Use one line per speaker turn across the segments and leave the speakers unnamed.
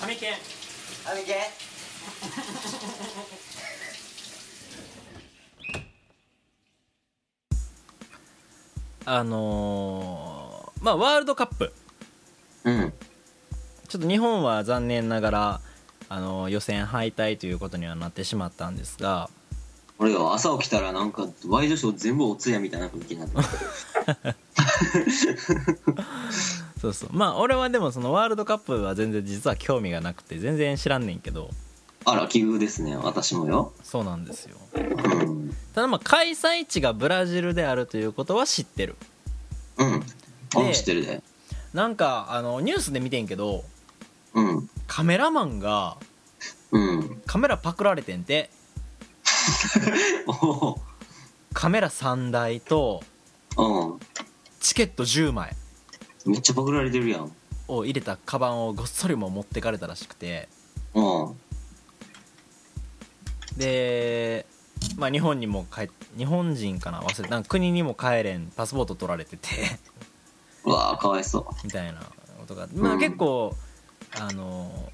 犬
姉貴
あのーまあワールドカップ
うん
ちょっと日本は残念ながら、あのー予選敗退ということにはなってしまったんですが
俺が朝起きたらなんかワイドショー全部お通夜みたいな雰囲気になってた
そうそうまあ俺はでもそのワールドカップは全然実は興味がなくて全然知らんねんけど
あら奇遇ですね私もよ
そうなんですよ
うん
ただまあ開催地がブラジルであるということは知ってる
うん
で
あ知ってるで
なんかあのニュースで見てんけど
うん
カメラマンが
うん
カメラパクられてんて
お
カメラ3台と
おうん
チケット10枚
めっちゃパクられてるやん
を入れたカバンをごっそりもう持ってかれたらしくて
うん
で、まあ、日本にも帰日本人かな忘れなんか国にも帰れんパスポート取られてて
うわあかわいそう
みたいなことがあってまあ
うん
結構、あの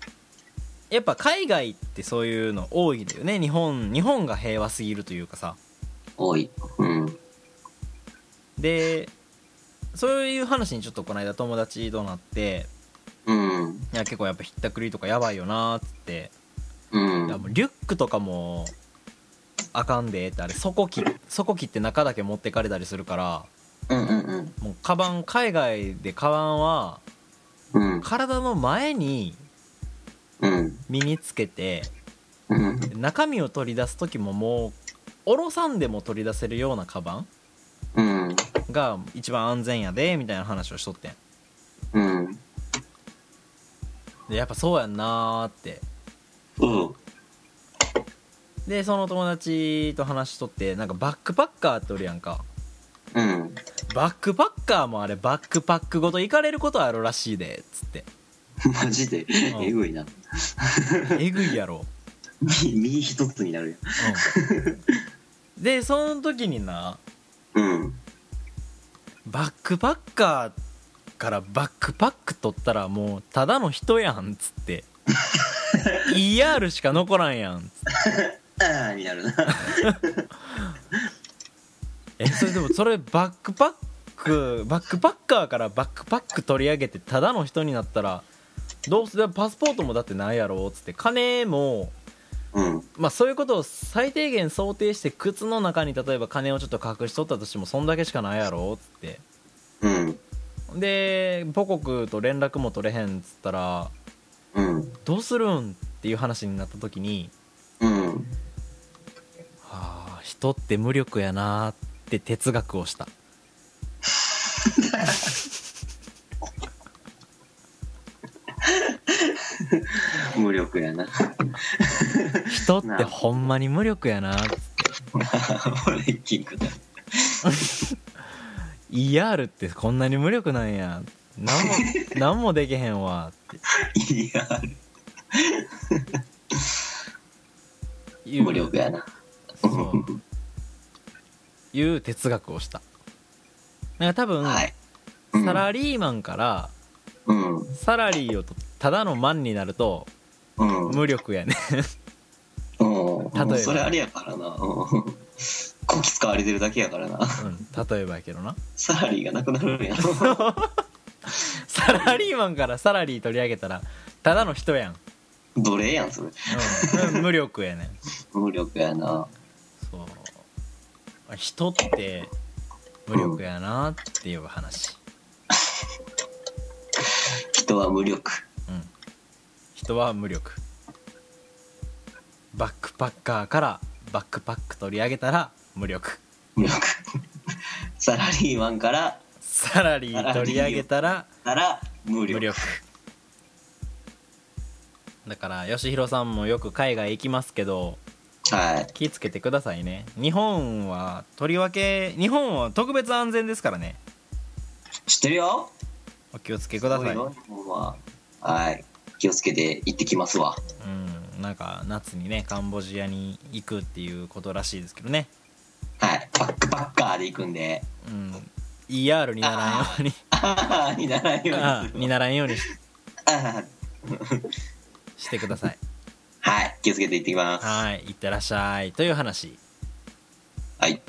やっぱ海外ってそういうの多いんだよね日本日本が平和すぎるというかさ
多いうん
でそういう話にちょっとこの間友達となって
うん
いや結構やっぱひったくりとかやばいよなーっつって
うん
いやもうリュックとかもあかんでってあれ底切底切って中だけ持ってかれたりするから
うんうん
もうカバン海外でカバンは
うん
体の前に
うん
身につけて
うん
中身を取り出す時ももうおろさんでも取り出せるようなカバン
うん
が一番安全やでみたいな話をしとってん
うん
でやっぱそうやんなーって
うん
でその友達と話しとってなんかバックパッカーっておるやんか
うん
バックパッカーもあれバックパックごと行かれることあるらしいでっつって
マジで
ん
えぐいな
えぐいやろ、
右右一つになる
うん、でその時にな
やんうん
バックパッカーからバックパック取ったらもうただの人やんっつって ER しか残らんやんっつって
ああになるな
えそれでもそれバックパックバックパッカーからバックパック取り上げてただの人になったらどうせパスポートもだってないやろっつって金も
うん
まあそういうことを最低限想定して靴の中に例えば金をちょっと隠しとったとしてもそんだけしかないやろっつって
うん
で母国と連絡も取れへんっつったら
うん
どうするんっていう話になった時に
うん
はあ人って無力やなって哲学をした
無力やな
人ってほんまに無力やな
俺キングだ
ER ってこんなに無力なんや 何も何もできへんわっ
いや
ていう
無力やな
そういう哲学をしたなんか多分、
はいうん
サラリーマンから
うん
サラリーをとただのマンになると
うん
無力やね
うん
例えば
それあれやからなうんこき使われてるだけやからな
うん例えばやけどな
サラリーがなくなるんや ん
サラリーマンからサラリー取り上げたらただの人やん、
奴隷やんそれ
うん、無力やねん
無力やな
そう人って無力やなっていう話、
人は無力
うん、人は無力バックパッカーからバックパック取り上げたら無力
無力 サラリーマンから
サラリー取り上げたら
なら無
無力
力
だから吉弘さんもよく海外行きますけど
はい
気ぃつけてくださいね日本はとりわけ日本は特別安全ですからね
知ってるよ
お気をつけください
すごよ日本ははい気をつけて行ってきますわ
うん、なんか夏にねカンボジアに行くっていうことらしいですけどね、
はいバックパッカーで行くんで
うん、ER にならんように
ああにならんように
あ
す
ー
る
にならんようにし
ああ
してください
はい。気をつけて行ってきます。
はいいってらっしゃいという話
はい。